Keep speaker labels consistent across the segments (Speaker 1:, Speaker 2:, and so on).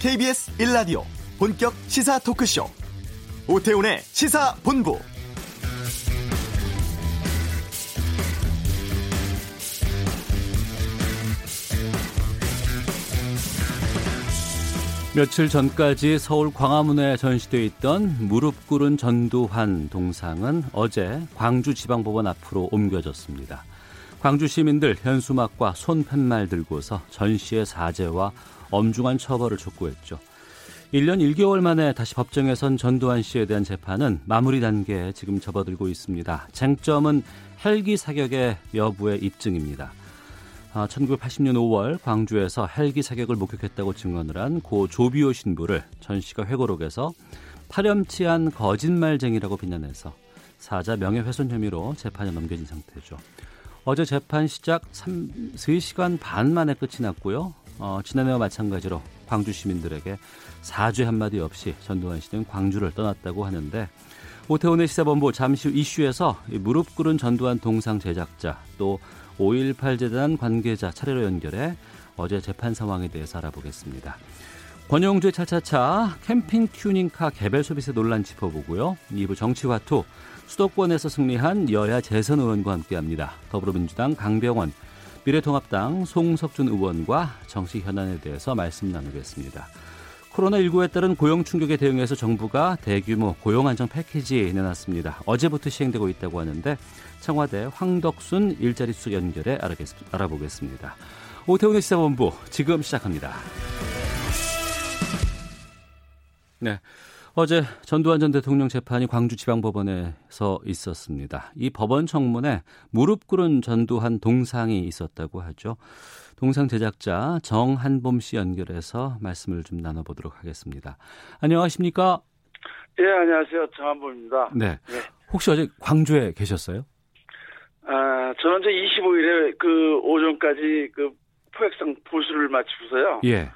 Speaker 1: KBS 1라디오 본격 시사 토크쇼 오태훈의 시사본부
Speaker 2: 며칠 전까지 서울 광화문에 전시돼 있던 무릎 꿇은 전두환 동상은 어제 광주지방법원 앞으로 옮겨졌습니다. 광주 시민들 현수막과 손팻말 들고서 전시의 사죄와 엄중한 처벌을 촉구했죠. 1년 1개월 만에 다시 법정에 선 전두환 씨에 대한 재판은 마무리 단계에 지금 접어들고 있습니다. 쟁점은 헬기 사격의 여부의 입증입니다. 아, 1980년 5월 광주에서 헬기 사격을 목격했다고 증언을 한 고 조비오 신부를 전 씨가 회고록에서 파렴치한 거짓말쟁이라고 비난해서 사자 명예훼손 혐의로 재판에 넘겨진 상태죠. 어제 재판 시작 3, 3시간 반 만에 끝이 났고요. 어, 지난해와 마찬가지로 광주 시민들에게 사죄 한마디 없이 전두환 씨는 광주를 떠났다고 하는데 오태훈의 시사본부 잠시 후 이슈에서 이 무릎 꿇은 전두환 동상 제작자 또 5.18 재단 관계자 차례로 연결해 어제 재판 상황에 대해서 알아보겠습니다. 권영주의 차차차 캠핑 튜닝카 개별 소비세 논란 짚어보고요. 2부 정치화투 수도권에서 승리한 여야 재선 의원과 함께합니다. 더불어민주당 강병원, 미래통합당 송석준 의원과 정치 현안에 대해서 말씀 나누겠습니다. 코로나19에 따른 고용 충격에 대응해서 정부가 대규모 고용 안정 패키지 내놨습니다. 어제부터 시행되고 있다고 하는데 청와대 황덕순 일자리 수석 연결해 알아겠- 알아보겠습니다. 오태훈의 시사본부 지금 시작합니다. 네. 어제 전두환 전 대통령 재판이 광주지방법원에서 있었습니다. 이 법원 청문회 무릎 꿇은 전두환 동상이 있었다고 하죠. 동상 제작자 정한범 씨 연결해서 말씀을 좀 나눠보도록 하겠습니다. 안녕하십니까?
Speaker 3: 예, 안녕하세요. 정한범입니다.
Speaker 2: 네.
Speaker 3: 네.
Speaker 2: 혹시 어제 광주에 계셨어요?
Speaker 3: 아, 저는 이제 25일에 그 오전까지 그 포획상 보수를 마치고서요.
Speaker 2: 예.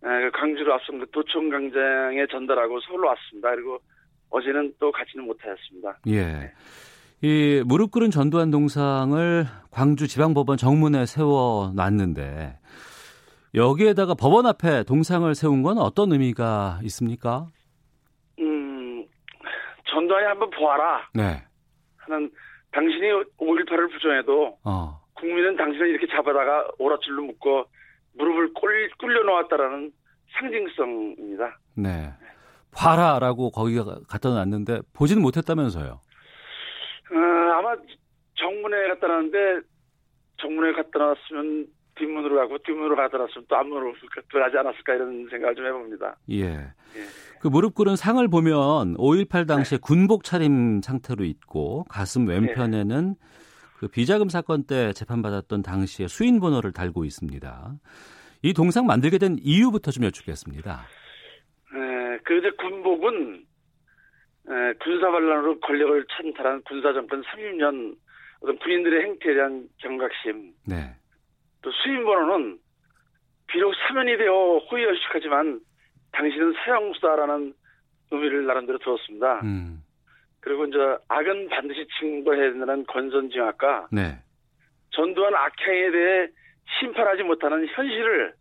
Speaker 3: 아, 그 광주로 앞선 그 도청광장에 전달하고 서울로 왔습니다. 그리고 어제는 또 가지는 못하였습니다.
Speaker 2: 예. 이 무릎 꿇은 전두환 동상을 광주지방법원 정문에 세워 놨는데 여기에다가 법원 앞에 동상을 세운 건 어떤 의미가 있습니까?
Speaker 3: 음, 전두환이 한번 보아라
Speaker 2: 네.
Speaker 3: 하는 당신이 5.18을 부정해도
Speaker 2: 어.
Speaker 3: 국민은 당신을 이렇게 잡아다가 오라줄로 묶고 무릎을 꿇, 꿇려 놓았다라는 상징성입니다.
Speaker 2: 네. 봐라라고 거기가 갖다 놨는데 보지는 못했다면서요.
Speaker 3: 아, 아마 정문에 갔다 놨는데 정문에 갔다 놨으면 뒷문으로 가고 뒷문으로 가다 놨으면 또 앞문으로 들어가지 않았을까 이런 생각을 좀 해봅니다.
Speaker 2: 예.
Speaker 3: 예.
Speaker 2: 그 무릎 꿇은 상을 보면 5.18
Speaker 3: 네.
Speaker 2: 당시에 군복 차림 상태로 있고 가슴 왼편에는
Speaker 3: 네.
Speaker 2: 그 비자금 사건 때 재판받았던 당시의 수인 번호를 달고 있습니다. 이 동상 만들게 된 이유부터 좀 여쭙겠습니다.
Speaker 3: 에, 그 이제 군복은 에, 군사반란으로 권력을 찬탈한 군사정권 30년 어떤 군인들의 행태에 대한 경각심
Speaker 2: 네.
Speaker 3: 또 수임번호는 비록 사면이 되어 호의열식하지만 당신은 사형수다라는 의미를 나름대로 두었습니다.
Speaker 2: 음.
Speaker 3: 그리고 이제 악은 반드시 징벌해야 된다는 권선징악과
Speaker 2: 네.
Speaker 3: 전두환 악행에 대해 심판하지 못하는 현실을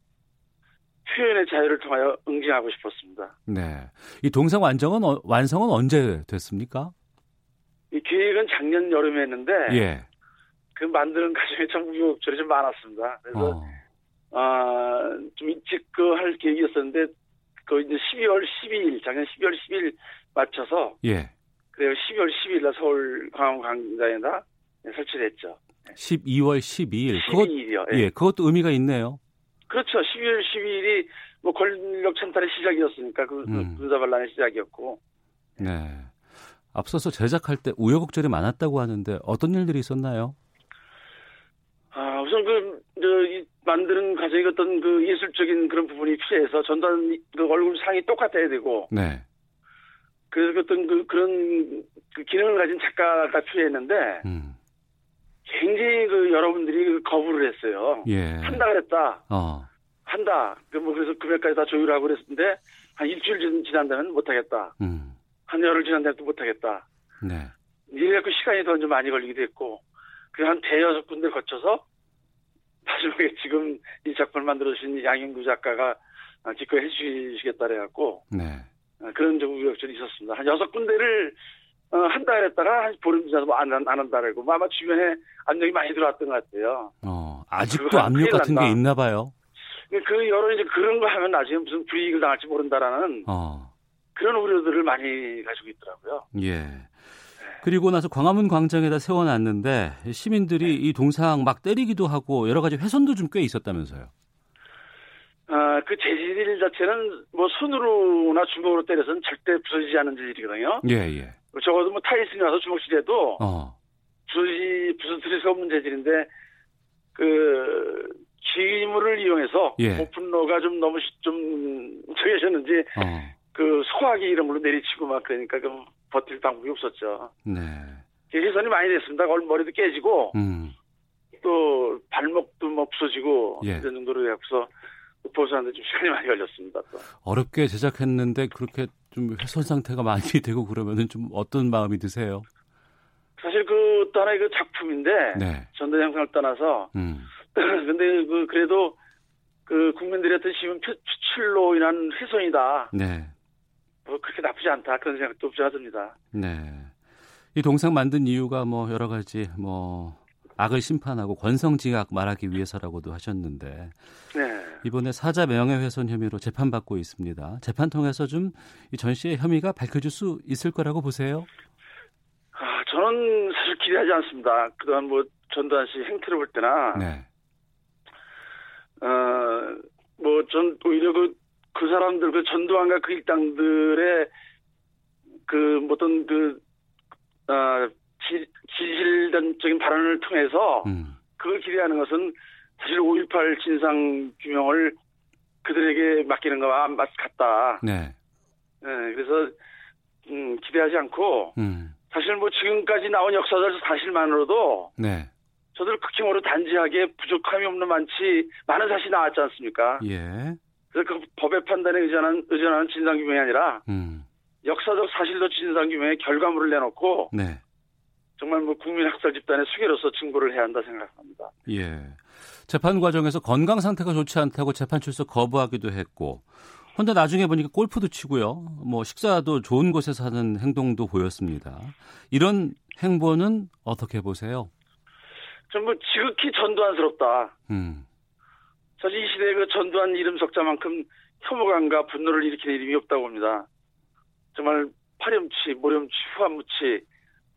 Speaker 3: 표현의 자유를 통하여 응징하고 싶었습니다.
Speaker 2: 네. 이 동상 완성은 어- 완성은 언제 됐습니까?
Speaker 3: 이 계획은 작년 여름에 했는데
Speaker 2: 예.
Speaker 3: 그 만드는 과정에 참 우여곡절이 좀 많았습니다. 그래서
Speaker 2: 어.
Speaker 3: 아, 좀 일찍 그 할 계획이었었는데 그 이제 12월 12일 작년 12월 12일 맞춰서
Speaker 2: 예.
Speaker 3: 그래요 12월 12일 날 서울 광화문 광장에다 설치를 했죠.
Speaker 2: 12월 12일. 그것
Speaker 3: 12일이요. 네.
Speaker 2: 예, 그것도 의미가 있네요.
Speaker 3: 그렇죠. 12월 12일이 뭐 권력 찬탈의 시작이었으니까 그, 그
Speaker 2: 음.
Speaker 3: 군사 반란의 시작이었고
Speaker 2: 네. 앞서서 제작할 때 우여곡절이 많았다고 하는데 어떤 일들이 있었나요?
Speaker 3: 아, 우선 그, 저, 이 만드는 과정이 어떤 그 예술적인 그런 부분이 필요해서 전단 그 얼굴 상이 똑같아야 되고,
Speaker 2: 네.
Speaker 3: 그래서 그 어떤 그, 그런 그 기능을 가진 작가가 필요했는데,
Speaker 2: 음.
Speaker 3: 굉장히 그 여러분들이 그 거부를 했어요.
Speaker 2: 예.
Speaker 3: 한다 그랬다.
Speaker 2: 어.
Speaker 3: 한다. 그 뭐 그래서 금액까지 다 조율하고 그랬는데, 한 일주일 지- 지난 다음엔 못하겠다.
Speaker 2: 음.
Speaker 3: 한 열흘 지난 다음엔 또 못하겠다.
Speaker 2: 네.
Speaker 3: 이래갖고 시간이 더 좀 많이 걸리기도 했고, 그한 대여섯 군데 거쳐서, 마지막에 지금 이 작품을 만들어주신 양영구 작가가 아, 기꺼이 해주시겠다 그래갖고
Speaker 2: 네.
Speaker 3: 아, 그런 정부 역전이 있었습니다. 한 여섯 군데를 어, 한달 했다가 한 보름 지나서 뭐 안, 한- 안 한다 그러고 아마 주변에 압력이 많이 들어왔던 것 같아요.
Speaker 2: 어,
Speaker 3: 그거
Speaker 2: 아직도
Speaker 3: 큰일
Speaker 2: 압력 같은 게
Speaker 3: 난다.
Speaker 2: 있나 봐요.
Speaker 3: 근데 그 여론이 이제 그런 거 하면 나중에 무슨 불이익을 당할지 모른다라는
Speaker 2: 어.
Speaker 3: 그런 우려들을 많이 가지고 있더라고요.
Speaker 2: 예. 그리고 나서 광화문 광장에다 세워놨는데 시민들이
Speaker 3: 네.
Speaker 2: 이 동상 막 때리기도 하고 여러 가지 훼손도 좀 꽤 있었다면서요.
Speaker 3: 아, 그 재질 자체는 뭐 손으로나 주먹으로 때려서는 절대 부서지지 않는 재질이거든요.
Speaker 2: 예, 예.
Speaker 3: 적어도 뭐 타이슨이 와서 주먹질해도
Speaker 2: 어.
Speaker 3: 부서지, 부서뜨릴 수 없는 재질인데, 그, 기물을 이용해서
Speaker 2: 예.
Speaker 3: 오픈로가 좀 너무 시- 좀 정해졌는지
Speaker 2: 어.
Speaker 3: 그 소화기 이런 걸로 내리치고 막 그러니까 그 버틸 방법이 없었죠.
Speaker 2: 네.
Speaker 3: 개선이 많이 됐습니다. 얼- 머리도 깨지고
Speaker 2: 음.
Speaker 3: 또 발목도 뭐 부서지고
Speaker 2: 예.
Speaker 3: 이런 정도로 해서 보수하는데 좀 시간이 많이 걸렸습니다. 또.
Speaker 2: 어렵게 제작했는데 그렇게 좀 훼손 상태가 많이 되고 그러면은 좀 어떤 마음이 드세요?
Speaker 3: 사실 그 또 하나의 그 작품인데
Speaker 2: 네.
Speaker 3: 전도 형상을 떠나서
Speaker 2: 음.
Speaker 3: 근데 그 그래도 그 국민들의 어떤 시민 표- 표출로 인한 훼손이다.
Speaker 2: 네.
Speaker 3: 뭐 그렇게 나쁘지 않다 그런 생각도 없지 않습니다.
Speaker 2: 네. 이 동상 만든 이유가 뭐 여러 가지 뭐 악을 심판하고 권성징악 말하기 위해서라고도 하셨는데
Speaker 3: 네.
Speaker 2: 이번에 사자 명예훼손 혐의로 재판받고 있습니다. 재판 통해서 좀 이 전 씨의 혐의가 밝혀질 수 있을 거라고 보세요?
Speaker 3: 아, 저는 사실 기대하지 않습니다. 그동안 뭐 전두환 씨 행태를 볼 때나 어,
Speaker 2: 네.
Speaker 3: 어뭐 전 오히려 그, 그 사람들 그 전두환과 그 일당들의 그 어떤 그 어, 지- 지질적인 발언을 통해서
Speaker 2: 음.
Speaker 3: 그걸 기대하는 것은 사실 5.18 진상 규명을 그들에게 맡기는 거와 맞 같다.
Speaker 2: 네.
Speaker 3: 예, 그래서 음, 기대하지 않고
Speaker 2: 음.
Speaker 3: 사실 뭐 지금까지 나온 역사적 사실만으로도
Speaker 2: 네.
Speaker 3: 저들 극혐으로 단지하게 부족함이 없는 많지 많은 사실이 나왔지 않습니까?
Speaker 2: 예.
Speaker 3: 그래서 그 법의 판단에 의존하는, 의존하는 진상규명이 아니라
Speaker 2: 음.
Speaker 3: 역사적 사실로 진상규명의 결과물을 내놓고
Speaker 2: 네.
Speaker 3: 정말 뭐 국민학살 집단의 수괴로서 증거를 해야 한다 생각합니다.
Speaker 2: 예. 재판 과정에서 건강 상태가 좋지 않다고 재판 출석 거부하기도 했고 혼자 나중에 보니까 골프도 치고요. 뭐 식사도 좋은 곳에서 하는 행동도 보였습니다. 이런 행보는 어떻게 보세요?
Speaker 3: 전부 뭐 지극히 전두환스럽다.
Speaker 2: 음.
Speaker 3: 사실 이 시대에 그 전두환 이름 석자만큼 혐오감과 분노를 일으키는 이름이 없다고 봅니다. 정말 파렴치, 모렴치, 후한무치,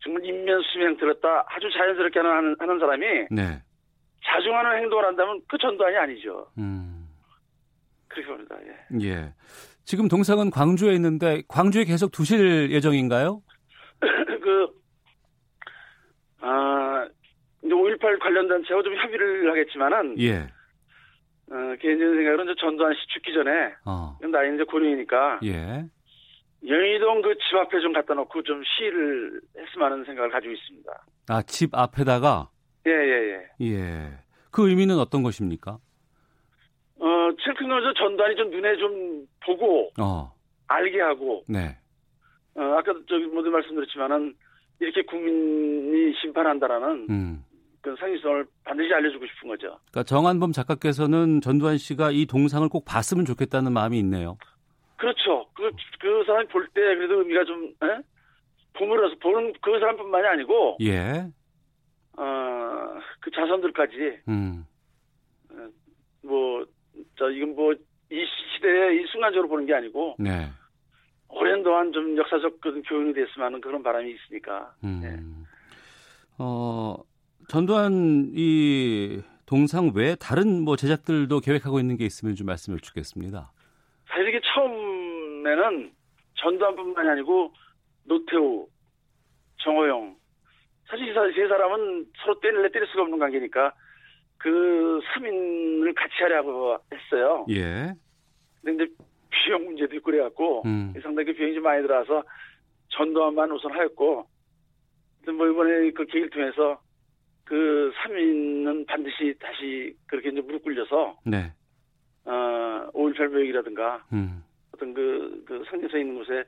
Speaker 3: 정말 인면수미 행태였다 아주 자연스럽게 하는, 하는 사람이
Speaker 2: 네.
Speaker 3: 자중하는 행동을 한다면 그 전두환이 아니죠.
Speaker 2: 음.
Speaker 3: 그렇게 봅니다. 예.
Speaker 2: 예. 지금 동상은 광주에 있는데 광주에 계속 두실 예정인가요?
Speaker 3: 그, 아, 이제 5.18 관련 단체하고 좀 협의를 하겠지만은,
Speaker 2: 예.
Speaker 3: 어, 개인적인 생각으로는 이제 전두환 씨 죽기 전에,
Speaker 2: 어.
Speaker 3: 나이 이제 고령이니까,
Speaker 2: 예.
Speaker 3: 영희동 그 집 앞에 좀 갖다 놓고 좀 시위를 했으면 하는 생각을 가지고 있습니다.
Speaker 2: 아, 집 앞에다가
Speaker 3: 예, 예, 예.
Speaker 2: 예. 그 의미는 어떤 것입니까?
Speaker 3: 어, 칠큰거에서 전단이 좀 눈에 좀 보고,
Speaker 2: 어.
Speaker 3: 알게 하고,
Speaker 2: 네.
Speaker 3: 어, 아까 저기 모두 말씀드렸지만은, 이렇게 국민이 심판한다라는
Speaker 2: 음.
Speaker 3: 그런 상위성을 반드시 알려주고 싶은 거죠.
Speaker 2: 그러니까 정한범 작가께서는 전두환 씨가 이 동상을 꼭 봤으면 좋겠다는 마음이 있네요.
Speaker 3: 그렇죠. 그, 그 사람이 볼 때 그래도 의미가 좀, 에? 보물어서 보는 그 사람뿐만이 아니고,
Speaker 2: 예.
Speaker 3: 어, 그 자손들까지,
Speaker 2: 음.
Speaker 3: 뭐, 저, 이건 뭐, 이 시대에 이 순간적으로 보는 게 아니고,
Speaker 2: 네.
Speaker 3: 오랜 동안 좀 역사적 그런 교훈이 됐으면 하는 그런 바람이 있으니까.
Speaker 2: 음. 어, 전두환 이 동상 외에 다른 뭐 제작들도 계획하고 있는 게 있으면 좀 말씀해 주겠습니다.
Speaker 3: 사실 이게 처음에는 전두환뿐만이 아니고 노태우, 정호영 사실 이 사- 세 사람은 서로 때릴래 때릴 수가 없는 관계니까 그 3인을 같이 하려고 했어요.
Speaker 2: 예.
Speaker 3: 근데 이제 비용 문제도 있고 그래갖고
Speaker 2: 음.
Speaker 3: 상당히 비용이 좀 많이 들어와서 전두환만 우선 하였고 아무튼 뭐 이번에 그 계기를 통해서 그 3인은 반드시 다시 그렇게 이제 무릎 꿇려서
Speaker 2: 네.
Speaker 3: 어, 5.18 묘역이라든가
Speaker 2: 음.
Speaker 3: 어떤 그, 그 상징성 있는 곳에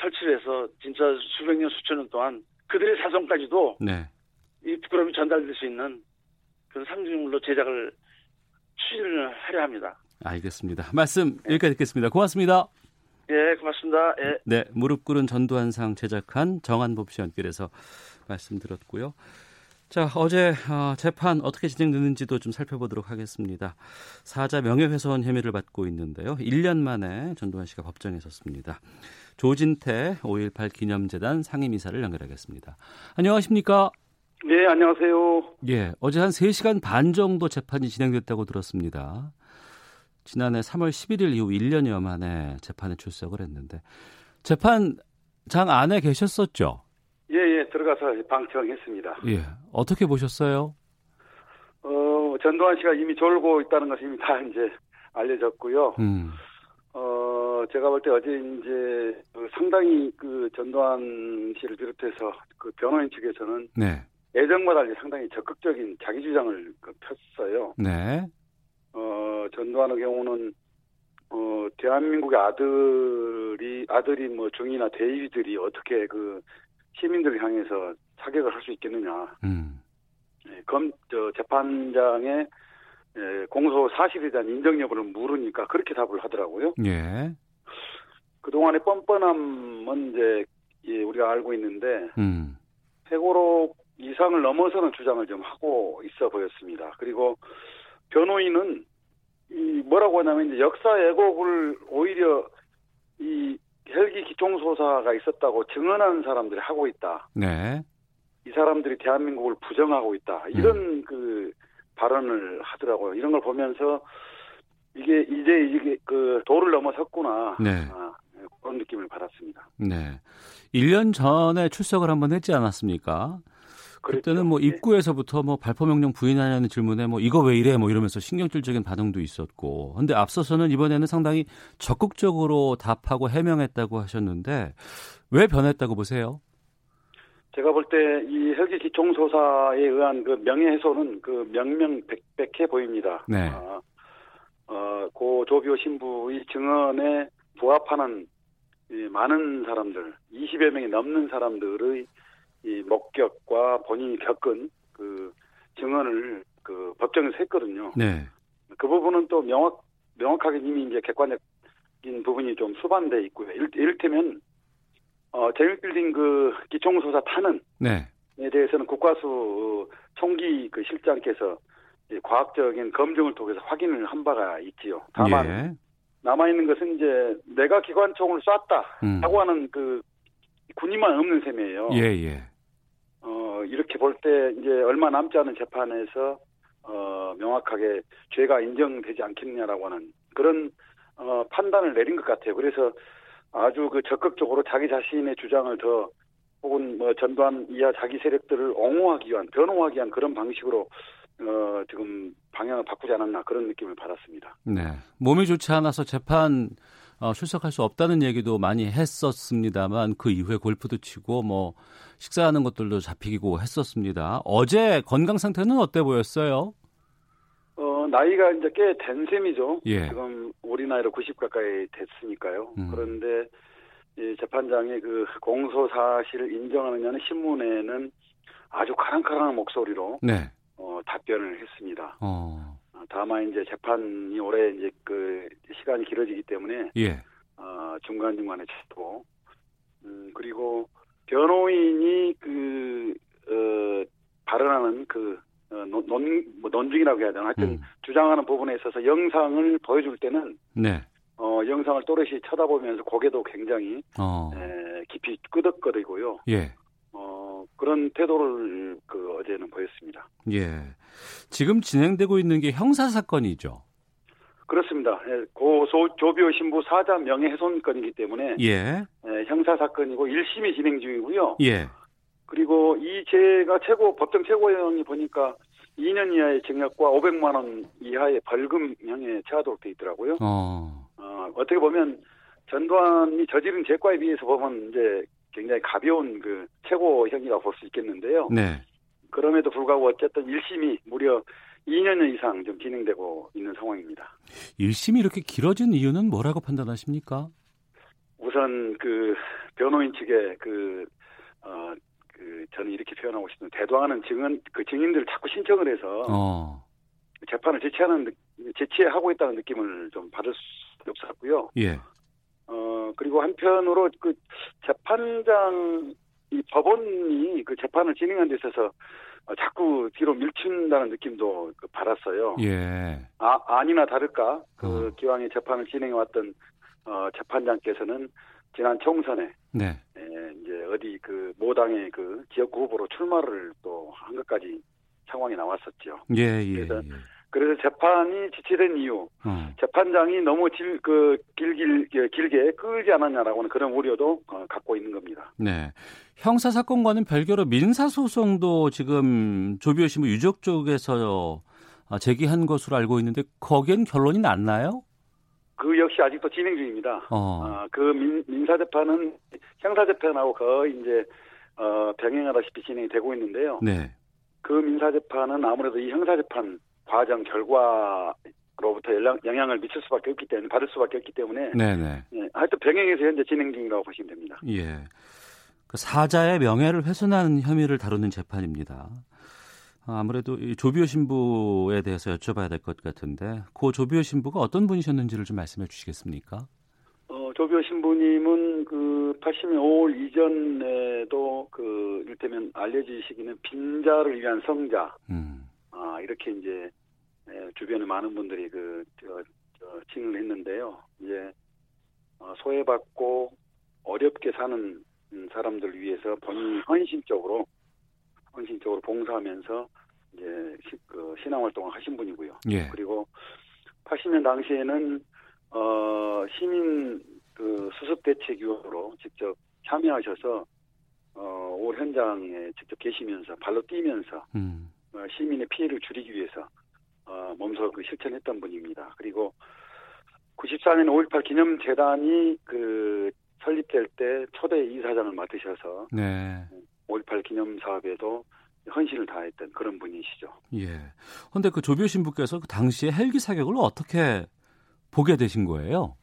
Speaker 3: 설치를 해서 진짜 수백 년, 수천 년 동안 그들의 사성까지도
Speaker 2: 네.
Speaker 3: 이 부끄러움이 전달될 수 있는 그런 상징물로 제작을 추진을 하려 합니다.
Speaker 2: 알겠습니다. 말씀 여기까지 듣겠습니다. 고맙습니다.
Speaker 3: 예, 고맙습니다. 예.
Speaker 2: 네, 무릎 꿇은 전두환상 제작한 정한법 씨 연결해서 말씀드렸고요. 자, 어제 어, 재판 어떻게 진행되는지도 좀 살펴보도록 하겠습니다. 사자 명예훼손 혐의를 받고 있는데요. 1년 만에 전두환 씨가 법정에 섰습니다. 조진태 5.18 기념재단 상임이사를 연결하겠습니다. 안녕하십니까?
Speaker 3: 예, 안녕하세요.
Speaker 2: 예, 어제 한 3시간 반 정도 재판이 진행됐다고 들었습니다. 지난해 3월 11일 이후 1년여 만에 재판에 출석을 했는데 재판장 안에 계셨었죠?
Speaker 3: 예, 예, 들어가서 방청했습니다.
Speaker 2: 예. 어떻게 보셨어요?
Speaker 3: 어, 전두환 씨가 이미 졸고 있다는 것이 이미 다 이제 알려졌고요.
Speaker 2: 음.
Speaker 3: 어, 제가 볼 때 어제 이제 그 상당히 그 전두환 씨를 비롯해서 그 변호인 측에서는
Speaker 2: 네.
Speaker 3: 애정과 달리 상당히 적극적인 자기 주장을 그 폈어요.
Speaker 2: 네.
Speaker 3: 어, 전두환의 경우는 어, 대한민국의 아들이 아들이 뭐 중이나 대위들이 어떻게 그 시민들을 향해서 사격을 할 수 있겠느냐.
Speaker 2: 음.
Speaker 3: 예, 검, 저, 재판장의 예, 공소 사실에 대한 인정 여부를 물으니까 그렇게 답을 하더라고요.
Speaker 2: 예.
Speaker 3: 그동안의 뻔뻔함은 이제 예, 우리가 알고 있는데
Speaker 2: 음.
Speaker 3: 해고로 이상을 넘어서는 주장을 좀 하고 있어 보였습니다. 그리고 변호인은 이 뭐라고 하냐면 이제 역사 왜곡을 오히려 이 헬기 기총소사가 있었다고 증언한 사람들이 하고 있다.
Speaker 2: 네.
Speaker 3: 이 사람들이 대한민국을 부정하고 있다. 이런
Speaker 2: 음.
Speaker 3: 그 발언을 하더라고요. 이런 걸 보면서 이게 이제 이게 그 도를 넘어섰구나.
Speaker 2: 네.
Speaker 3: 아, 그런 느낌을 받았습니다.
Speaker 2: 네. 1년 전에 출석을 한번 했지 않았습니까? 그때는 뭐
Speaker 3: 그랬죠. 예.
Speaker 2: 입구에서부터 뭐 발포 명령 부인하냐는 질문에 뭐 이거 왜 이래 뭐 이러면서 신경질적인 반응도 있었고. 근데 앞서서는 이번에는 상당히 적극적으로 답하고 해명했다고 하셨는데 왜 변했다고 보세요?
Speaker 3: 제가 볼 때 이 헬기 기총소사에 의한 그 명예훼손은 그 명명백백해 보입니다.
Speaker 2: 네.
Speaker 3: 어, 어, 고 조비오 신부의 증언에 부합하는 이 많은 사람들, 20여 명이 넘는 사람들의 이 목격과 본인이 겪은 그 증언을 그 법정에서 했거든요.
Speaker 2: 네.
Speaker 3: 그 부분은 또 명확 명확하게 이미 이제 객관적인 부분이 좀 수반돼 있고요. 일, 이를테면 어, 제일빌딩 그 기총소사 타는
Speaker 2: 네.
Speaker 3: 에 대해서는 국과수 총기 그 실장께서 이 과학적인 검증을 통해서 확인을 한 바가 있지요. 다만
Speaker 2: 예.
Speaker 3: 남아 있는 것은 이제 내가 기관총을 쐈다라고
Speaker 2: 음.
Speaker 3: 하는 그 군인만 없는 셈이에요.
Speaker 2: 예, 예.
Speaker 3: 어, 이렇게 볼 때 이제 얼마 남지 않은 재판에서 어, 명확하게 죄가 인정되지 않겠느냐라고 하는 그런 어, 판단을 내린 것 같아요. 그래서 아주 그 적극적으로 자기 자신의 주장을 더 혹은 뭐 전두환 이하 자기 세력들을 옹호하기 위한 변호하기 위한 그런 방식으로 어, 지금 방향을 바꾸지 않았나 그런 느낌을 받았습니다.
Speaker 2: 네. 몸이 좋지 않아서 재판 어, 출석할 수 없다는 얘기도 많이 했었습니다만 그 이후에 골프도 치고 뭐 식사하는 것들도 잡히고 했었습니다. 어제 건강 상태는 어때 보였어요?
Speaker 3: 어, 나이가 이제 꽤 된 셈이죠.
Speaker 2: 예.
Speaker 3: 지금 우리 나이로 90 가까이 됐으니까요.
Speaker 2: 음.
Speaker 3: 그런데 이 재판장이 그 공소 사실을 인정하느냐는 신문에는 아주 카랑카랑한 목소리로
Speaker 2: 네.
Speaker 3: 어, 답변을 했습니다.
Speaker 2: 어.
Speaker 3: 어, 다만 이제 재판이 올해 이제 그 시간이 길어지기 때문에
Speaker 2: 예.
Speaker 3: 어, 중간 중간에 찾고 음, 그리고 변호인이 그 어, 발언하는 그 어, 논, 논, 뭐 논증이라고 해야 되나 하여튼
Speaker 2: 음.
Speaker 3: 주장하는 부분에 있어서 영상을 보여줄 때는
Speaker 2: 네.
Speaker 3: 어, 영상을 또렷이 쳐다보면서 고개도 굉장히
Speaker 2: 어.
Speaker 3: 에, 깊이 끄덕거리고요.
Speaker 2: 예.
Speaker 3: 어, 그런 태도를 그 어제는 보였습니다.
Speaker 2: 예. 지금 진행되고 있는 게 형사 사건이죠.
Speaker 3: 그렇습니다. 예, 고소 조비오 신부 사자 명예훼손건이기 때문에
Speaker 2: 예.
Speaker 3: 예, 형사 사건이고 1심이 진행 중이고요.
Speaker 2: 예.
Speaker 3: 그리고 이 죄가 최고 법정 최고형이 보니까 2년 이하의 징역과 500만 원 이하의 벌금형에 처하도록 돼 있더라고요.
Speaker 2: 어.
Speaker 3: 어, 어떻게 보면 전두환이 저지른 죄과에 비해서 보면 이제 굉장히 가벼운 그 최고형이라고 볼 수 있겠는데요.
Speaker 2: 네.
Speaker 3: 그럼에도 불구하고 어쨌든 1심이 무려 2년 이상 좀 진행되고 있는 상황입니다.
Speaker 2: 1심이 이렇게 길어진 이유는 뭐라고 판단하십니까?
Speaker 3: 우선 그 변호인 측의 그, 어, 그 저는 이렇게 표현하고 싶습니다. 대도하는 증언, 그 증인들을 자꾸 신청을 해서
Speaker 2: 어.
Speaker 3: 재판을 제치하는 느- 제치하고 있다는 느낌을 좀 받을 수 없었고요.
Speaker 2: 예.
Speaker 3: 어 그리고 한편으로 그 재판장 이 법원이 그 재판을 진행한 데 있어서 어, 자꾸 뒤로 밀친다는 느낌도 그 받았어요.
Speaker 2: 예.
Speaker 3: 아 아니나 다를까 그
Speaker 2: 어.
Speaker 3: 기왕에 재판을 진행해 왔던 어, 재판장께서는 지난 총선에
Speaker 2: 네.
Speaker 3: 에, 이제 어디 그 모당의 그 지역구 후보로 출마를 또 한 것까지 상황이 나왔었죠.
Speaker 2: 예, 예. 예.
Speaker 3: 그래서- 그래서 재판이 지체된 이유
Speaker 2: 어.
Speaker 3: 재판장이 너무 질, 그, 길길, 예, 길게 끌지 않았냐라고는 그런 우려도 어, 갖고 있는 겁니다.
Speaker 2: 네. 형사 사건과는 별개로 민사 소송도 지금 조비오 씨뭐 유족 쪽에서 아, 제기한 것으로 알고 있는데 거기엔 결론이 났나요?
Speaker 3: 그 역시 아직도 진행 중입니다.
Speaker 2: 어.
Speaker 3: 아, 그 민, 민사재판은 형사재판하고 거의 이제, 어, 병행하다시피 진행이 되고 있는데요.
Speaker 2: 네.
Speaker 3: 그 민사재판은 아무래도 이 형사재판 과정 결과로부터 영향, 영향을 미칠 수밖에 없기 때문에, 받을 수밖에 없기 때문에,
Speaker 2: 네, 네.
Speaker 3: 예, 하여튼 병행해서 현재 진행 중이라고 보시면 됩니다.
Speaker 2: 예. 그 사자의 명예를 훼손하는 혐의를 다루는 재판입니다. 아, 아무래도 이 조비오 신부에 대해서 여쭤봐야 될 것 같은데 그 조비오 신부가 어떤 분이셨는지를 좀 말씀해 주시겠습니까?
Speaker 3: 어, 조비오 신부님은 그 80년 5월 이전에도 그 일테면 알려지시기는 빈자를 위한 성자
Speaker 2: 음.
Speaker 3: 아, 이렇게 이제 에, 주변에 많은 분들이 그 저, 저, 칭을 했는데요. 이제 어, 소외받고 어렵게 사는 음, 사람들 위해서 본인 헌신적으로 헌신적으로 봉사하면서 이제 시- 그 신앙활동을 하신 분이고요.
Speaker 2: 예.
Speaker 3: 그리고 80년 당시에는 어, 시민 그 수습 대책 위원으로 직접 참여하셔서 어, 올 현장에 직접 계시면서 발로 뛰면서
Speaker 2: 음.
Speaker 3: 어, 시민의 피해를 줄이기 위해서 어, 몸소 그 실천했던 분입니다. 그리고 94년 5.18 기념재단이 그 설립될 때 초대 이사장을 맡으셔서
Speaker 2: 네.
Speaker 3: 5.18 기념 사업에도 헌신을 다했던 그런 분이시죠.
Speaker 2: 예. 근데 그 조비오 신부께서 그 당시에 헬기 사격을 어떻게 보게 되신 거예요?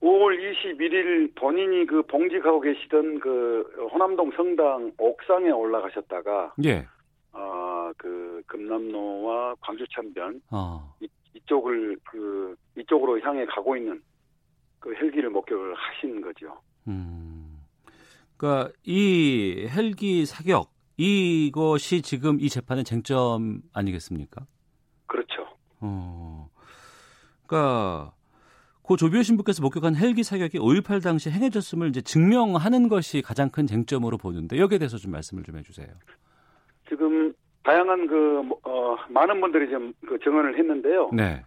Speaker 3: 5월 21일 본인이 그 봉직하고 계시던 그 호남동 성당 옥상에 올라가셨다가
Speaker 2: 예.
Speaker 3: 아그 금남로와 광주참변
Speaker 2: 어.
Speaker 3: 이- 이쪽을 그 이쪽으로 향해 가고 있는 그 헬기를 목격을 하신 거죠.
Speaker 2: 음. 그러니까 이 헬기 사격 이것이 지금 이 재판의 쟁점 아니겠습니까?
Speaker 3: 그렇죠.
Speaker 2: 어. 그러니까 고 조비오 신부께서 목격한 헬기 사격이 5.18 당시 행해졌음을 이제 증명하는 것이 가장 큰 쟁점으로 보는데 여기에 대해서 좀 말씀을 좀 해주세요.
Speaker 3: 지금 다양한 그 어, 많은 분들이 지금 그 증언을 했는데요.
Speaker 2: 네.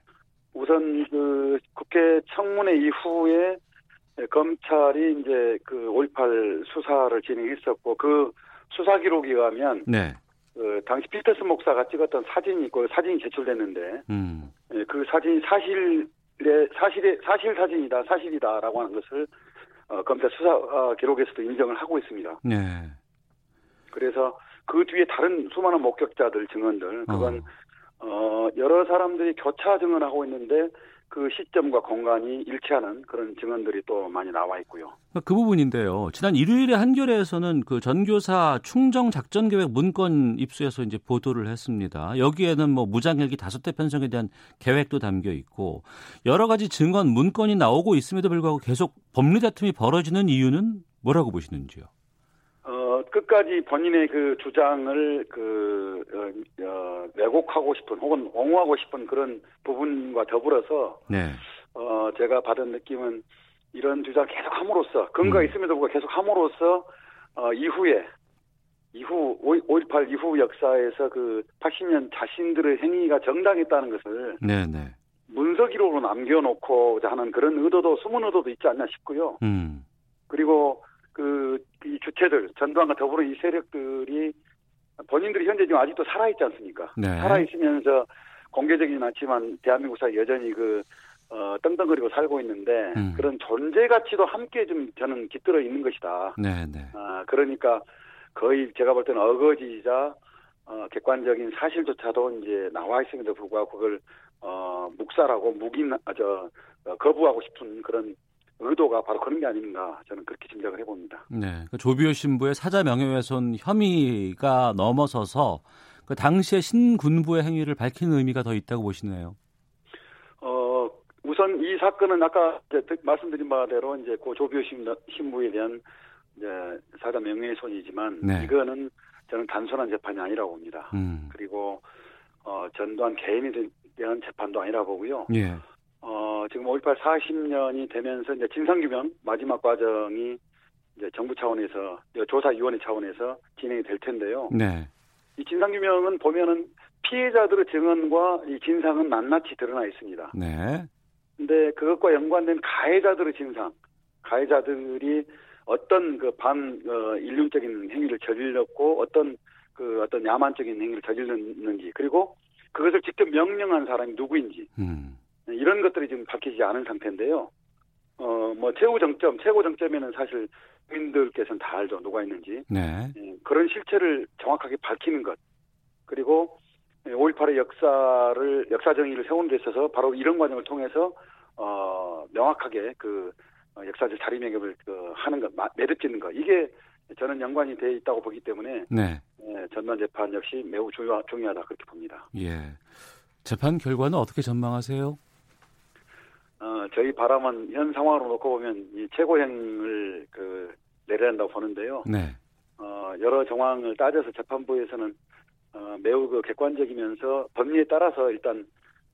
Speaker 3: 우선 그 국회 청문회 이후에 검찰이 이제 그 5.18 수사를 진행했었고 그 수사 기록에 의하면
Speaker 2: 네.
Speaker 3: 그 당시 피터스 목사가 찍었던 사진이 있고 사진이 제출됐는데
Speaker 2: 음.
Speaker 3: 예, 그 사진이 사실의 사실의 사실 사진이다 사실이다라고 하는 것을 어, 검찰 수사 어, 기록에서도 인정을 하고 있습니다.
Speaker 2: 네.
Speaker 3: 그래서 그 뒤에 다른 수많은 목격자들 증언들 그건
Speaker 2: 어.
Speaker 3: 어, 여러 사람들이 교차 증언하고 있는데 그 시점과 공간이 일치하는 그런 증언들이 또 많이 나와 있고요.
Speaker 2: 그 부분인데요. 지난 일요일에 한겨레에서는 그 전교사 충정 작전 계획 문건 입수해서 이제 보도를 했습니다. 여기에는 뭐 무장헬기 다섯 대 편성에 대한 계획도 담겨 있고 여러 가지 증언 문건이 나오고 있음에도 불구하고 계속 법리 다툼이 벌어지는 이유는 뭐라고 보시는지요?
Speaker 3: 어, 끝까지 본인의 그 주장을 그, 어, 어, 왜곡하고 싶은 혹은 옹호하고 싶은 그런 부분과 더불어서
Speaker 2: 네.
Speaker 3: 어, 제가 받은 느낌은 이런 주장 계속 함으로써 근거 가
Speaker 2: 음.
Speaker 3: 있음에도 불구하고 계속 함으로써 어, 이후에 이후 5.18 이후 역사에서 그 80년 자신들의 행위가 정당했다는 것을
Speaker 2: 네, 네.
Speaker 3: 문서 기록으로 남겨놓고자 하는 그런 의도도 숨은 의도도 있지 않나 싶고요.
Speaker 2: 음.
Speaker 3: 그리고 그 이 주체들 전두환과 더불어 이 세력들이 본인들이 현재 지금 아직도 살아 있지 않습니까?
Speaker 2: 네.
Speaker 3: 살아 있으면서 공개적이진 않지만 대한민국 사회 여전히 그 어, 떵떵거리고 살고 있는데
Speaker 2: 음.
Speaker 3: 그런 존재 가치도 함께 좀 저는 깃들어 있는 것이다.
Speaker 2: 네, 네.
Speaker 3: 아, 그러니까 거의 제가 볼 때는 어거지이자 어, 객관적인 사실조차도 이제 나와 있음에도 불구하고 그걸 어, 묵살하고 묵인 아, 저 어, 거부하고 싶은 그런 의도가 바로 그런 게 아닌가 저는 그렇게 짐작을 해봅니다.
Speaker 2: 네. 그 조비오 신부의 사자 명예훼손 혐의가 넘어서서 그 그 당시의 신군부의 행위를 밝히는 의미가 더 있다고 보시네요.
Speaker 3: 어, 우선 이 사건은 아까 이제 듣- 말씀드린 바대로 이제 고 조비오 신부- 신부에 대한 이제 사자 명예훼손이지만
Speaker 2: 네.
Speaker 3: 이거는 저는 단순한 재판이 아니라고 봅니다.
Speaker 2: 음.
Speaker 3: 그리고 어, 전두환 개인에 대- 대한 재판도 아니라 보고요.
Speaker 2: 예.
Speaker 3: 어, 지금 5.18 40년이 되면서 이제 진상규명 마지막 과정이 이제 정부 차원에서 이제 조사위원회 차원에서 진행이 될 텐데요.
Speaker 2: 네.
Speaker 3: 이 진상규명은 보면은 피해자들의 증언과 이 진상은 낱낱이 드러나 있습니다.
Speaker 2: 네.
Speaker 3: 근데 그것과 연관된 가해자들의 진상, 가해자들이 어떤 그 반 인륜적인 행위를 저질렀고 어떤 그 어떤 야만적인 행위를 저질렀는지 그리고 그것을 직접 명령한 사람이 누구인지
Speaker 2: 음.
Speaker 3: 이런 것들이 지금 밝히지 않은 상태인데요. 어 뭐 최고 정점, 최고 정점에는 사실 국민들께서는 다 알죠 누가 있는지
Speaker 2: 네.
Speaker 3: 예, 그런 실체를 정확하게 밝히는 것 그리고 5.18의 역사를 역사 정의를 세우는 데 있어서 바로 이런 과정을 통해서 어, 명확하게 그 어, 역사적 자리매김을 그 하는 것 마- 매듭 짓는 것 이게 저는 연관이 돼 있다고 보기 때문에
Speaker 2: 네.
Speaker 3: 예, 전반 재판 역시 매우 중요, 중요하다 그렇게 봅니다.
Speaker 2: 예. 재판 결과는 어떻게 전망하세요?
Speaker 3: 어, 저희 바람은 현 상황으로 놓고 보면 이 최고형을 그 내려야 한다고 보는데요.
Speaker 2: 네.
Speaker 3: 어, 여러 정황을 따져서 재판부에서는 어, 매우 그 객관적이면서 법리에 따라서 일단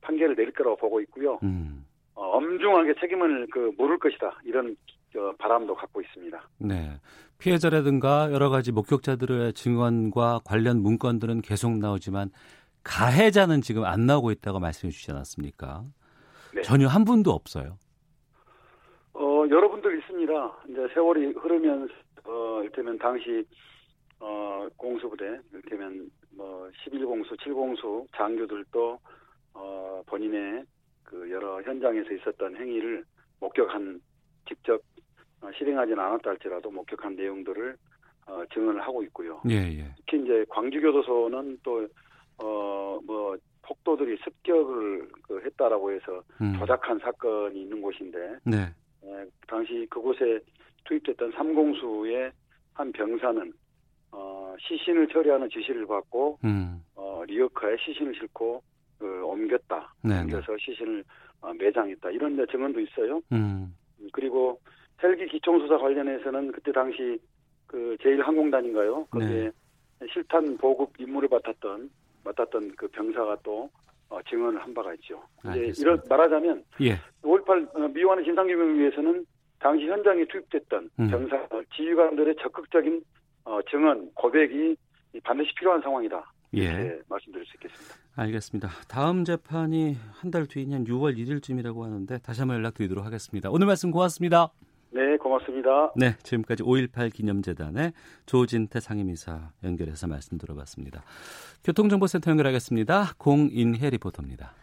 Speaker 3: 판결을 내릴 거라고 보고 있고요.
Speaker 2: 음.
Speaker 3: 어, 엄중하게 책임을 그 물을 것이다 이런 어, 바람도 갖고 있습니다.
Speaker 2: 네. 피해자라든가 여러 가지 목격자들의 증언과 관련 문건들은 계속 나오지만 가해자는 지금 안 나오고 있다고 말씀해 주시지 않았습니까?
Speaker 3: 네.
Speaker 2: 전혀 한 분도 없어요.
Speaker 3: 어, 여러분들 있습니다. 이제 세월이 흐르면서 어, 일테면 당시 어, 공수부대, 일테면 뭐 11공수, 7공수 장교들도 어, 본인의 그 여러 현장에서 있었던 행위를 목격한 직접 어, 실행하지는 않았다 할지라도 목격한 내용들을 어, 증언을 하고 있고요.
Speaker 2: 예, 예.
Speaker 3: 특히 이제 광주교도소는 또어뭐 폭도들이 습격을 그 했다라고 해서
Speaker 2: 음.
Speaker 3: 조작한 사건이 있는 곳인데
Speaker 2: 네.
Speaker 3: 예, 당시 그곳에 투입됐던 삼공수의 한 병사는 어, 시신을 처리하는 지시를 받고
Speaker 2: 음.
Speaker 3: 어, 리어카에 시신을 싣고 그, 옮겼다.
Speaker 2: 네, 네.
Speaker 3: 옮겨서 시신을 어, 매장했다. 이런 이제 증언도 있어요.
Speaker 2: 음.
Speaker 3: 음, 그리고 헬기 기총수사 관련해서는 그때 당시 그 제1항공단인가요? 거기에
Speaker 2: 네.
Speaker 3: 실탄 보급 임무를 맡았던 맡았던 그 병사가 또 어, 증언을 한 바가 있죠. 이제
Speaker 2: 알겠습니다.
Speaker 3: 이런 말하자면
Speaker 2: 예.
Speaker 3: 5.18 어, 미완의 진상규명을 위해서는 당시 현장에 투입됐던
Speaker 2: 음.
Speaker 3: 병사 어, 지휘관들의 적극적인 어, 증언 고백이 이 반드시 필요한 상황이다.
Speaker 2: 예.
Speaker 3: 네, 말씀드릴 수 있겠습니다.
Speaker 2: 알겠습니다. 다음 재판이 한 달 뒤인 한 6월 1일쯤이라고 하는데 다시 한번 연락드리도록 하겠습니다. 오늘 말씀 고맙습니다.
Speaker 3: 네, 고맙습니다.
Speaker 2: 네, 지금까지 5.18 기념재단의 조진태 상임이사 연결해서 말씀 들어봤습니다. 교통정보센터 연결하겠습니다. 공인혜 리포터입니다.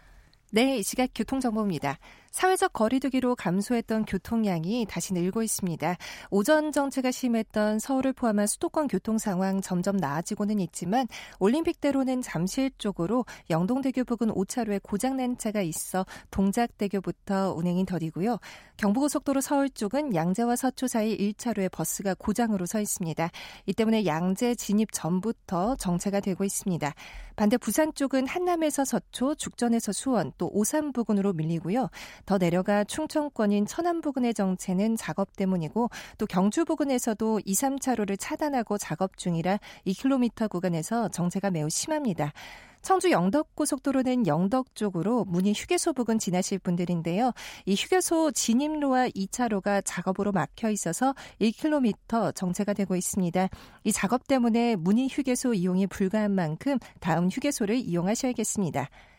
Speaker 4: 네, 이 시각 교통정보입니다. 사회적 거리두기로 감소했던 교통량이 다시 늘고 있습니다. 오전 정체가 심했던 서울을 포함한 수도권 교통 상황 점점 나아지고는 있지만 올림픽대로는 잠실 쪽으로 영동대교 부근 5차로에 고장난 차가 있어 동작대교부터 운행이 더디고요. 경부고속도로 서울 쪽은 양재와 서초 사이 1차로에 버스가 고장으로 서 있습니다. 이 때문에 양재 진입 전부터 정체가 되고 있습니다. 반대 부산 쪽은 한남에서 서초, 죽전에서 수원, 또 오산 부근으로 밀리고요. 더 내려가 충청권인 천안 부근의 정체는 작업 때문이고 또 경주 부근에서도 2, 3차로를 차단하고 작업 중이라 2km 구간에서 정체가 매우 심합니다. 청주 영덕고속도로는 영덕 쪽으로 문이 휴게소 부근 지나실 분들인데요. 이 휴게소 진입로와 2차로가 작업으로 막혀 있어서 1km 정체가 되고 있습니다. 이 작업 때문에 문의 휴게소 이용이 불가한 만큼 다음 휴게소를 이용하셔야겠습니다.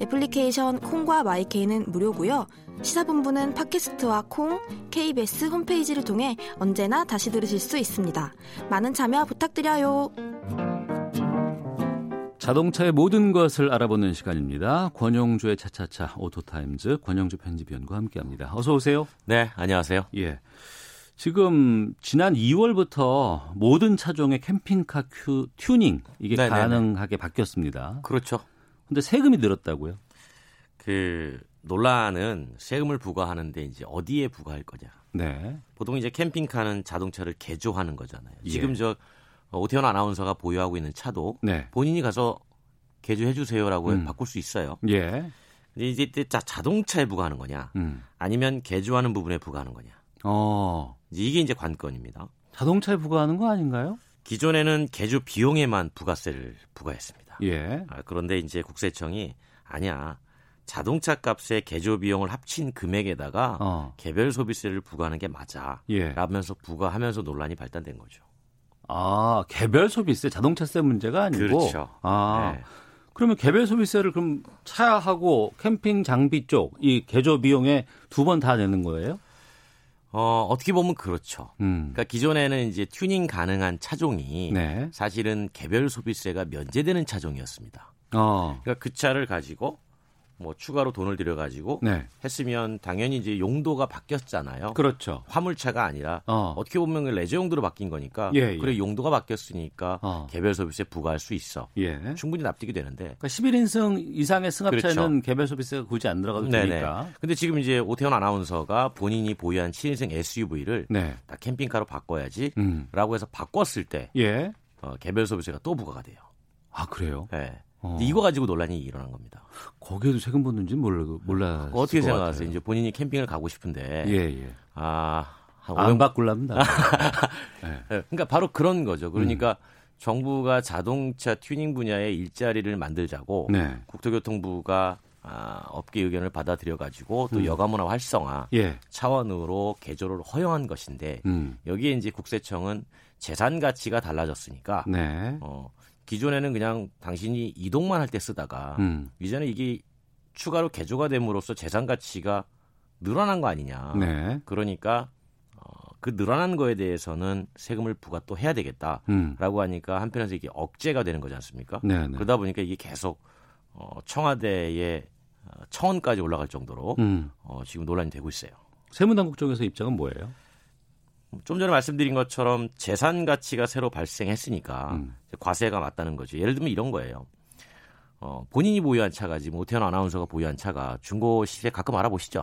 Speaker 5: 애플리케이션 콩과 마이케이는 무료고요. 시사본부는 팟캐스트와 콩, KBS 홈페이지를 통해 언제나 다시 들으실 수 있습니다. 많은 참여 부탁드려요.
Speaker 2: 자동차의 모든 것을 알아보는 시간입니다. 권영주의 차차차 오토타임즈 권영주 편집위원과 함께합니다. 어서 오세요.
Speaker 6: 네, 안녕하세요.
Speaker 2: 예. 지금 지난 2월부터 모든 차종의 캠핑카 큐 튜닝 이게
Speaker 6: 네네네.
Speaker 2: 가능하게 바뀌었습니다.
Speaker 6: 그렇죠.
Speaker 2: 근데 세금이 늘었다고요?
Speaker 6: 그 논란은 세금을 부과하는데 이제 어디에 부과할 거냐.
Speaker 2: 네.
Speaker 6: 보통 이제 캠핑카는 자동차를 개조하는 거잖아요.
Speaker 2: 예.
Speaker 6: 지금 저 어, 오태현 아나운서가 보유하고 있는 차도
Speaker 2: 네.
Speaker 6: 본인이 가서 개조해 주세요라고
Speaker 2: 음.
Speaker 6: 바꿀 수 있어요.
Speaker 2: 예.
Speaker 6: 근데 이제 이때 자, 자동차에 부과하는 거냐,
Speaker 2: 음.
Speaker 6: 아니면 개조하는 부분에 부과하는 거냐.
Speaker 2: 어.
Speaker 6: 이제 이게 이제 관건입니다.
Speaker 2: 자동차에 부과하는 거 아닌가요?
Speaker 6: 기존에는 개조 비용에만 부가세를 부과했습니다.
Speaker 2: 예.
Speaker 6: 아, 그런데 이제 국세청이 아니야 자동차 값에 개조 비용을 합친 금액에다가
Speaker 2: 어.
Speaker 6: 개별 소비세를 부과하는 게 맞아.
Speaker 2: 예.
Speaker 6: 라면서 부과하면서 논란이 발단된 거죠.
Speaker 2: 아, 개별 소비세 자동차세 문제가 아니고
Speaker 6: 그렇죠.
Speaker 2: 아.
Speaker 6: 네.
Speaker 2: 그러면 개별 소비세를 그럼 차하고 캠핑 장비 쪽 이 개조 비용에 두 번 다 내는 거예요?
Speaker 6: 어, 어떻게 보면 그렇죠.
Speaker 2: 음.
Speaker 6: 그러니까 기존에는 이제 튜닝 가능한 차종이
Speaker 2: 네.
Speaker 6: 사실은 개별 소비세가 면제되는 차종이었습니다.
Speaker 2: 어.
Speaker 6: 그러니까 그 차를 가지고 뭐 추가로 돈을 들여 가지고
Speaker 2: 네.
Speaker 6: 했으면 당연히 이제 용도가 바뀌었잖아요.
Speaker 2: 그렇죠.
Speaker 6: 화물차가 아니라
Speaker 2: 어.
Speaker 6: 어. 떻게 보면 레저 용도로 바뀐 거니까
Speaker 2: 예, 예.
Speaker 6: 그래 용도가 바뀌었으니까
Speaker 2: 어.
Speaker 6: 개별 소비세 부과할 수 있어.
Speaker 2: 예. 그러니까
Speaker 6: 충분히 납득이 되는데
Speaker 2: 11인승 이상의 승합차에는
Speaker 6: 그렇죠.
Speaker 2: 개별 소비세가 굳이 안 들어가도 되니까.
Speaker 6: 근데 지금 이제 오태훈 아나운서가 본인이 보유한 7인승 SUV를
Speaker 2: 네.
Speaker 6: 나 캠핑카로 바꿔야지
Speaker 2: 음.
Speaker 6: 라고 해서 바꿨을 때
Speaker 2: 예.
Speaker 6: 어, 개별 소비세가 또 부과가 돼요.
Speaker 2: 아, 그래요?
Speaker 6: 예.
Speaker 2: 어.
Speaker 6: 근데 이거 가지고 논란이 일어난 겁니다.
Speaker 2: 거기에도 세금 붓는지 몰라 몰라.
Speaker 6: 그거 어떻게 생각하세요? 네. 이제 본인이 캠핑을 가고 싶은데
Speaker 2: 예, 예.
Speaker 6: 아, 한
Speaker 2: 안
Speaker 6: 500...
Speaker 2: 바꿀랍니다.
Speaker 6: 예, 그러니까 바로 그런 거죠. 그러니까
Speaker 2: 음.
Speaker 6: 정부가 자동차 튜닝 분야에 일자리를 만들자고
Speaker 2: 네.
Speaker 6: 국토교통부가 아, 업계 의견을 받아들여 가지고
Speaker 2: 음.
Speaker 6: 또 여가문화 활성화
Speaker 2: 예.
Speaker 6: 차원으로 개조를 허용한 것인데
Speaker 2: 음.
Speaker 6: 여기에 이제 국세청은 재산 가치가 달라졌으니까
Speaker 2: 네.
Speaker 6: 어, 기존에는 그냥 당신이 이동만 할 때 쓰다가
Speaker 2: 음.
Speaker 6: 이전에 이게 추가로 개조가 됨으로써 재산 가치가 늘어난 거 아니냐.
Speaker 2: 네.
Speaker 6: 그러니까 어, 그 늘어난 거에 대해서는 세금을 부과 또 해야 되겠다라고
Speaker 2: 음.
Speaker 6: 하니까 한편에서 이게 억제가 되는 거지 않습니까?
Speaker 2: 네, 네.
Speaker 6: 그러다 보니까 이게 계속 어, 청와대의 어, 청원까지 올라갈 정도로
Speaker 2: 음.
Speaker 6: 어, 지금 논란이 되고 있어요.
Speaker 2: 세무당국 쪽에서 입장은 뭐예요?
Speaker 6: 좀 전에 말씀드린 것처럼 재산 가치가 새로 발생했으니까
Speaker 2: 음.
Speaker 6: 이제 과세가 맞다는 거죠. 예를 들면 이런 거예요. 어, 본인이 보유한 차가 지금 오태현 아나운서가 보유한 차가 중고 시세 가끔 알아보시죠.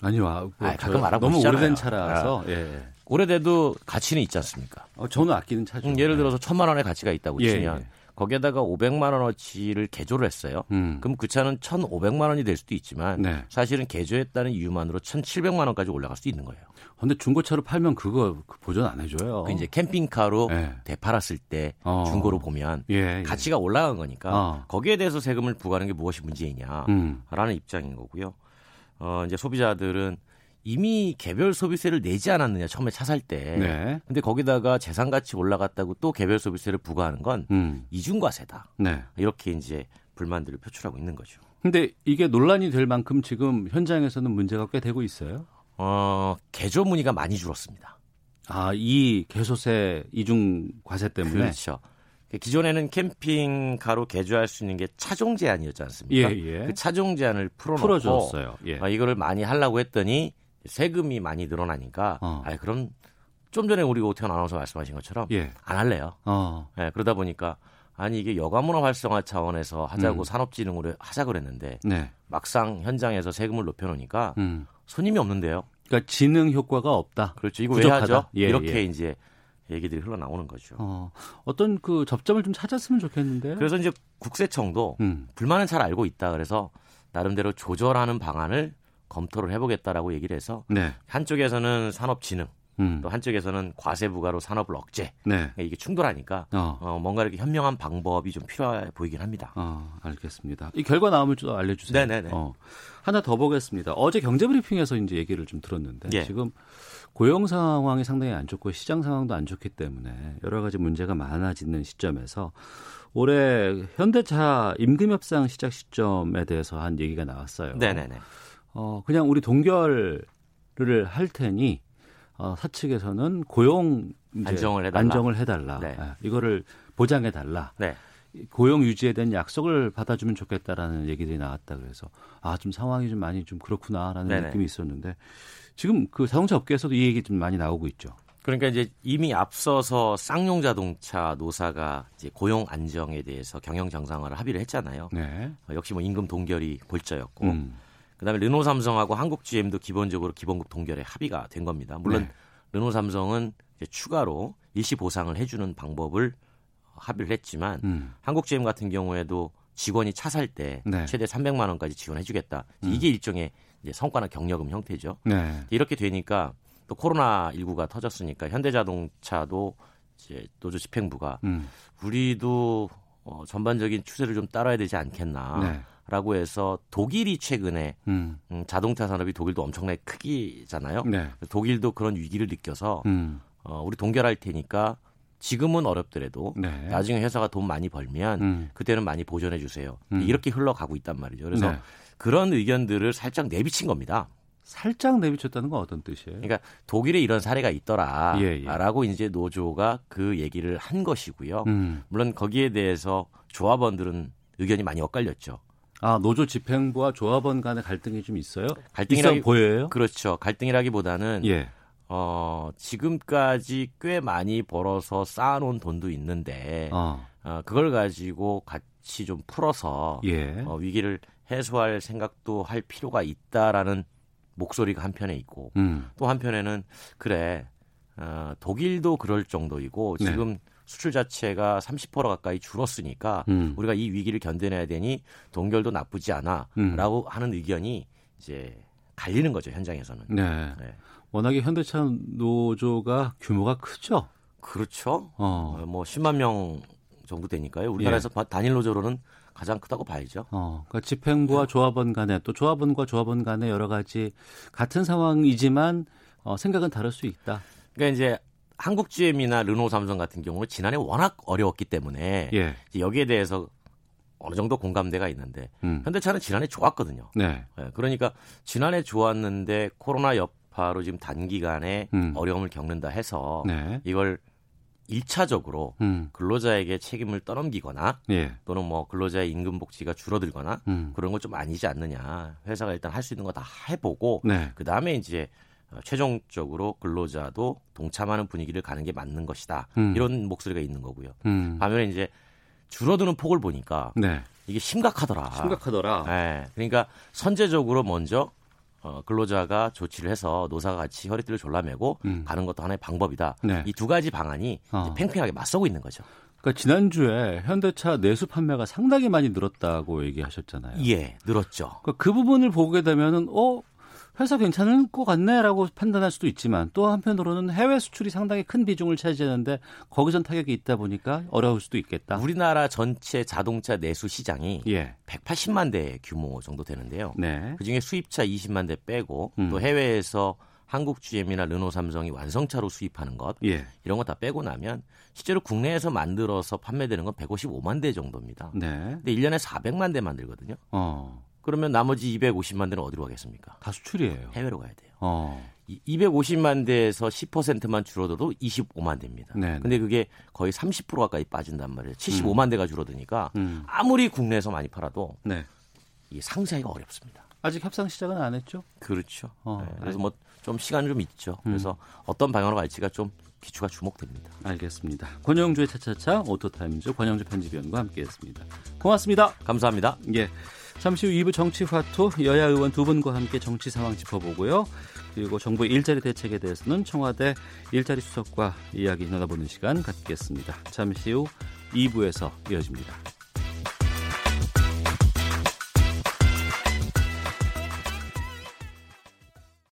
Speaker 2: 아니요, 아, 그
Speaker 6: 아이,
Speaker 2: 저
Speaker 6: 가끔
Speaker 2: 너무
Speaker 6: 알아보시잖아요.
Speaker 2: 오래된 차라서 예, 예.
Speaker 6: 올해돼도 가치는 있지 않습니까?
Speaker 2: 어, 저는 아끼는 차죠.
Speaker 6: 음, 예를 들어서 천만 원의 가치가 있다고
Speaker 2: 예,
Speaker 6: 치면
Speaker 2: 예.
Speaker 6: 거기에다가 500만 원어치를 개조를 했어요.
Speaker 2: 음.
Speaker 6: 그럼 그 차는 1,500만 원이 될 수도 있지만
Speaker 2: 네.
Speaker 6: 사실은 개조했다는 이유만으로 1,700만 원까지 올라갈 수도 있는 거예요.
Speaker 2: 근데 중고차로 팔면 그거 그 보전 안 해줘요.
Speaker 6: 그 이제 캠핑카로
Speaker 2: 예.
Speaker 6: 되팔았을 때
Speaker 2: 어.
Speaker 6: 중고로 보면
Speaker 2: 예, 예.
Speaker 6: 가치가 올라간 거니까
Speaker 2: 어.
Speaker 6: 거기에 대해서 세금을 부과하는 게 무엇이 문제이냐라는
Speaker 2: 음.
Speaker 6: 입장인 거고요. 어, 이제 소비자들은 이미 개별 소비세를 내지 않았느냐 처음에 차 살 때.
Speaker 2: 네.
Speaker 6: 근데 거기다가 재산 가치 올라갔다고 또 개별 소비세를 부과하는 건
Speaker 2: 음.
Speaker 6: 이중과세다.
Speaker 2: 네.
Speaker 6: 이렇게 이제 불만들을 표출하고 있는 거죠.
Speaker 2: 근데 이게 논란이 될 만큼 지금 현장에서는 문제가 꽤 되고 있어요.
Speaker 6: 어, 개조 문의가 많이 줄었습니다.
Speaker 2: 아, 이 개소세 이중 과세 때문에.
Speaker 6: 그렇죠. 기존에는 캠핑카로 개조할 수 있는 게 차종 제한이었지 않습니까?
Speaker 2: 예, 예.
Speaker 6: 그 차종 제한을 풀어놓고
Speaker 2: 풀어줬어요. 예.
Speaker 6: 아, 이거를 많이 하려고 했더니 세금이 많이 늘어나니까
Speaker 2: 어.
Speaker 6: 아 그럼 좀 전에 우리 오태원 아나운서 말씀하신 것처럼
Speaker 2: 예.
Speaker 6: 안 할래요.
Speaker 2: 어.
Speaker 6: 예, 그러다 보니까 아니 이게 여가문화 활성화 차원에서 하자고
Speaker 2: 음.
Speaker 6: 산업진흥으로 하자 그랬는데
Speaker 2: 네.
Speaker 6: 막상 현장에서 세금을 높여놓으니까
Speaker 2: 음.
Speaker 6: 손님이 없는데요.
Speaker 2: 그러니까 지능 효과가 없다.
Speaker 6: 그렇죠. 이거
Speaker 2: 부족하다.
Speaker 6: 왜 하죠?
Speaker 2: 예,
Speaker 6: 이렇게
Speaker 2: 예.
Speaker 6: 이제 얘기들이 흘러나오는 거죠.
Speaker 2: 어. 어떤 그 접점을 좀 찾았으면 좋겠는데.
Speaker 6: 그래서 이제 국세청도
Speaker 2: 음.
Speaker 6: 불만은 잘 알고 있다 그래서 나름대로 조절하는 방안을 검토를 해보겠다라고 얘기를 해서
Speaker 2: 네.
Speaker 6: 한쪽에서는 산업진흥
Speaker 2: 음.
Speaker 6: 또 한쪽에서는 과세 부과로 산업을 억제
Speaker 2: 네.
Speaker 6: 이게 충돌하니까
Speaker 2: 어.
Speaker 6: 어, 뭔가 이렇게 현명한 방법이 좀 필요해 보이긴 합니다.
Speaker 2: 아, 알겠습니다. 이 결과 나오면 좀 알려주세요.
Speaker 6: 네네네.
Speaker 2: 어, 하나 더 보겠습니다. 어제 경제브리핑에서 이제 얘기를 좀 들었는데
Speaker 6: 예.
Speaker 2: 지금 고용 상황이 상당히 안 좋고 시장 상황도 안 좋기 때문에 여러 가지 문제가 많아지는 시점에서 올해 현대차 임금 협상 시작 시점에 대해서 한 얘기가 나왔어요.
Speaker 6: 네네네.
Speaker 2: 어, 그냥 우리 동결을 할 테니 어, 사측에서는 고용 이제
Speaker 6: 안정을 해달라.
Speaker 2: 안정을 해달라.
Speaker 6: 네.
Speaker 2: 예, 이거를 보장해 달라.
Speaker 6: 네.
Speaker 2: 고용 유지에 대한 약속을 받아주면 좋겠다라는 얘기들이 나왔다 그래서 아 좀 상황이 좀 많이 좀 그렇구나라는
Speaker 6: 네네.
Speaker 2: 느낌이 있었는데 지금 그 자동차 업계에서도 이 얘기 좀 많이 나오고 있죠.
Speaker 6: 그러니까 이제 이미 앞서서 쌍용 자동차 노사가 이제 고용 안정에 대해서 경영 정상화를 합의를 했잖아요.
Speaker 2: 네.
Speaker 6: 어, 역시 뭐 임금 동결이 골자였고
Speaker 2: 음.
Speaker 6: 그다음에 르노 삼성하고 한국 GM도 기본적으로 기본급 동결에 합의가 된 겁니다. 물론
Speaker 2: 네.
Speaker 6: 르노 삼성은 이제 추가로 일시 보상을 해주는 방법을 합의를 했지만
Speaker 2: 음.
Speaker 6: 한국 GM 같은 경우에도 직원이 차 살 때
Speaker 2: 네. 음.
Speaker 6: 최대 300만 원까지 지원해주겠다. 이게 일종의 이제 성과나 경력금 형태죠.
Speaker 2: 네.
Speaker 6: 이렇게 되니까 또 코로나 19가 터졌으니까 현대자동차도 이제 노조 집행부가
Speaker 2: 음.
Speaker 6: 우리도 어, 전반적인 추세를 좀 따라야 되지 아.
Speaker 2: 네.
Speaker 6: 않겠나라고 해서 독일이 최근에
Speaker 2: 음.
Speaker 6: 음, 자동차 산업이 독일도 엄청나게 크기잖아요.
Speaker 2: 네.
Speaker 6: 독일도 그런 위기를 느껴서
Speaker 2: 음.
Speaker 6: 어, 우리 동결할 테니까 지금은 어렵더라도
Speaker 2: 네.
Speaker 6: 나중에 회사가 돈 많이 벌면
Speaker 2: 음.
Speaker 6: 그때는 많이 보존해 주세요.
Speaker 2: 음.
Speaker 6: 이렇게 흘러가고 있단 말이죠. 그래서
Speaker 2: 네.
Speaker 6: 그런 의견들을 살짝 내비친 겁니다.
Speaker 2: 살짝 내비쳤다는 건 어떤 뜻이에요?
Speaker 6: 그러니까 독일에 이런 사례가
Speaker 2: 예, 예.
Speaker 6: 있더라라고 이제 노조가 그 얘기를 한 것이고요.
Speaker 2: 음.
Speaker 6: 물론 거기에 대해서 조합원들은 의견이 많이 엇갈렸죠.
Speaker 2: 아 노조 집행부와 조합원 간의 갈등이 좀 있어요?
Speaker 6: 갈등이라기-
Speaker 2: 있어 보여요?
Speaker 6: 그렇죠. 갈등이라기보다는
Speaker 2: 예.
Speaker 6: 어, 지금까지 꽤 많이 벌어서 쌓아놓은 돈도 있는데
Speaker 2: 어.
Speaker 6: 어, 그걸 가지고 같이 좀 풀어서
Speaker 2: 예.
Speaker 6: 어, 위기를 해소할 생각도 할 필요가 있다라는 목소리가 한편에 있고
Speaker 2: 음.
Speaker 6: 또 한편에는 그래 어, 독일도 그럴 정도이고
Speaker 2: 네.
Speaker 6: 지금 수출 자체가 30% 가까이 줄었으니까
Speaker 2: 음.
Speaker 6: 우리가 이 위기를 견뎌내야 되니 동결도 나쁘지
Speaker 2: 음.
Speaker 6: 않아라고 하는 의견이 이제 갈리는 거죠 현장에서는.
Speaker 2: 네.
Speaker 6: 네.
Speaker 2: 워낙에 현대차 노조가 규모가 크죠.
Speaker 6: 그렇죠.
Speaker 2: 어. 예.
Speaker 6: 어, 뭐 10만 명 정도 되니까요. 우리나라에서 바- 단일 노조로는 가장 크다고 봐야죠.
Speaker 2: 어, 그러니까 집행부와 조합원 간에 또 조합원과 조합원 간에 여러 가지 같은 상황이지만 어, 생각은 다를 수 있다.
Speaker 6: 그러니까 이제 한국 GM이나 르노 삼성 같은 경우는 지난해 워낙 어려웠기 때문에
Speaker 2: 예.
Speaker 6: 이제 여기에 대해서 어느 정도 공감대가 있는데
Speaker 2: 음.
Speaker 6: 현대차는 지난해 좋았거든요.
Speaker 2: 네.
Speaker 6: 예, 그러니까 지난해 좋았는데 코로나 여파로 지금 단기간에
Speaker 2: 음.
Speaker 6: 어려움을 겪는다 해서
Speaker 2: 네.
Speaker 6: 이걸 일차적으로
Speaker 2: 음.
Speaker 6: 근로자에게 책임을 떠넘기거나
Speaker 2: 예.
Speaker 6: 또는 뭐 근로자의 임금 복지가 줄어들거나
Speaker 2: 음.
Speaker 6: 그런 건 좀 아니지 않느냐. 회사가 일단 할 수 있는 거 다 해보고
Speaker 2: 네.
Speaker 6: 그 다음에 이제 어, 최종적으로 근로자도 동참하는 분위기를 가는 게 맞는 것이다.
Speaker 2: 음.
Speaker 6: 이런 목소리가 있는 거고요.
Speaker 2: 음.
Speaker 6: 반면에 이제 줄어드는 폭을 보니까
Speaker 2: 네. 아,
Speaker 6: 이게 심각하더라.
Speaker 2: 심각하더라.
Speaker 6: 예. 그러니까 선제적으로 먼저 어, 근로자가 조치를 해서 노사가 같이 허리띠를 졸라매고
Speaker 2: 음.
Speaker 6: 가는 것도 하나의 방법이다.
Speaker 2: 네.
Speaker 6: 이 두 가지 방안이 이제
Speaker 2: 어.
Speaker 6: 팽팽하게 맞서고 있는 거죠.
Speaker 2: 그러니까 지난주에 현대차 내수 판매가 상당히 많이 늘었다고 얘기하셨잖아요.
Speaker 6: 예, 늘었죠.
Speaker 2: 그러니까 그 부분을 보게 되면은 어 회사 괜찮은 것 같네라고 판단할 수도 있지만 또 한편으로는 해외 수출이 상당히 큰 비중을 차지하는데 거기선 타격이 있다 보니까 어려울 수도 있겠다.
Speaker 6: 우리나라 전체 자동차 내수 시장이
Speaker 2: 예.
Speaker 6: 180만 대 규모 정도 되는데요.
Speaker 2: 네.
Speaker 6: 그중에 수입차 20만 대 빼고
Speaker 2: 음.
Speaker 6: 또 해외에서 한국 GM이나 르노 삼성이 완성차로 수입하는 것
Speaker 2: 예.
Speaker 6: 이런 거 다 빼고 나면 실제로 국내에서 만들어서 판매되는 건 155만 대 정도입니다.
Speaker 2: 네.
Speaker 6: 근데 1년에 400만 대 만들거든요.
Speaker 2: 어.
Speaker 6: 그러면 나머지 250만 대는 어디로 가겠습니까?
Speaker 2: 다 수출이에요.
Speaker 6: 해외로 가야 돼요.
Speaker 2: 어.
Speaker 6: 이 250만 대에서 10%만 줄어들어도 25만 대입니다.
Speaker 2: 네, 네.
Speaker 6: 근데 그게 거의 30% 가까이 빠진단 말이에요. 75만 대가 줄어드니까
Speaker 2: 음.
Speaker 6: 아무리 국내에서 많이 팔아도
Speaker 2: 네.
Speaker 6: 이 상세하기가 어렵습니다.
Speaker 2: 아직 협상 시작은 안 했죠?
Speaker 6: 그렇죠.
Speaker 2: 어, 음.
Speaker 6: 네, 그래서 뭐 좀 시간이 좀 있죠. 그래서 어떤 방향으로 갈지가 좀 기초가 주목됩니다.
Speaker 2: 알겠습니다. 권영주의 차차차 오토타임즈 권영주 편집위원과 함께했습니다. 고맙습니다.
Speaker 6: 감사합니다.
Speaker 2: 예. 잠시 후 2부 정치화투 여야 의원 두 분과 함께 정치 상황 짚어보고요. 그리고 정부의 일자리 대책에 대해서는 청와대 일자리 수석과 이야기 나눠보는 시간 갖겠습니다. 잠시 후 2부에서 이어집니다.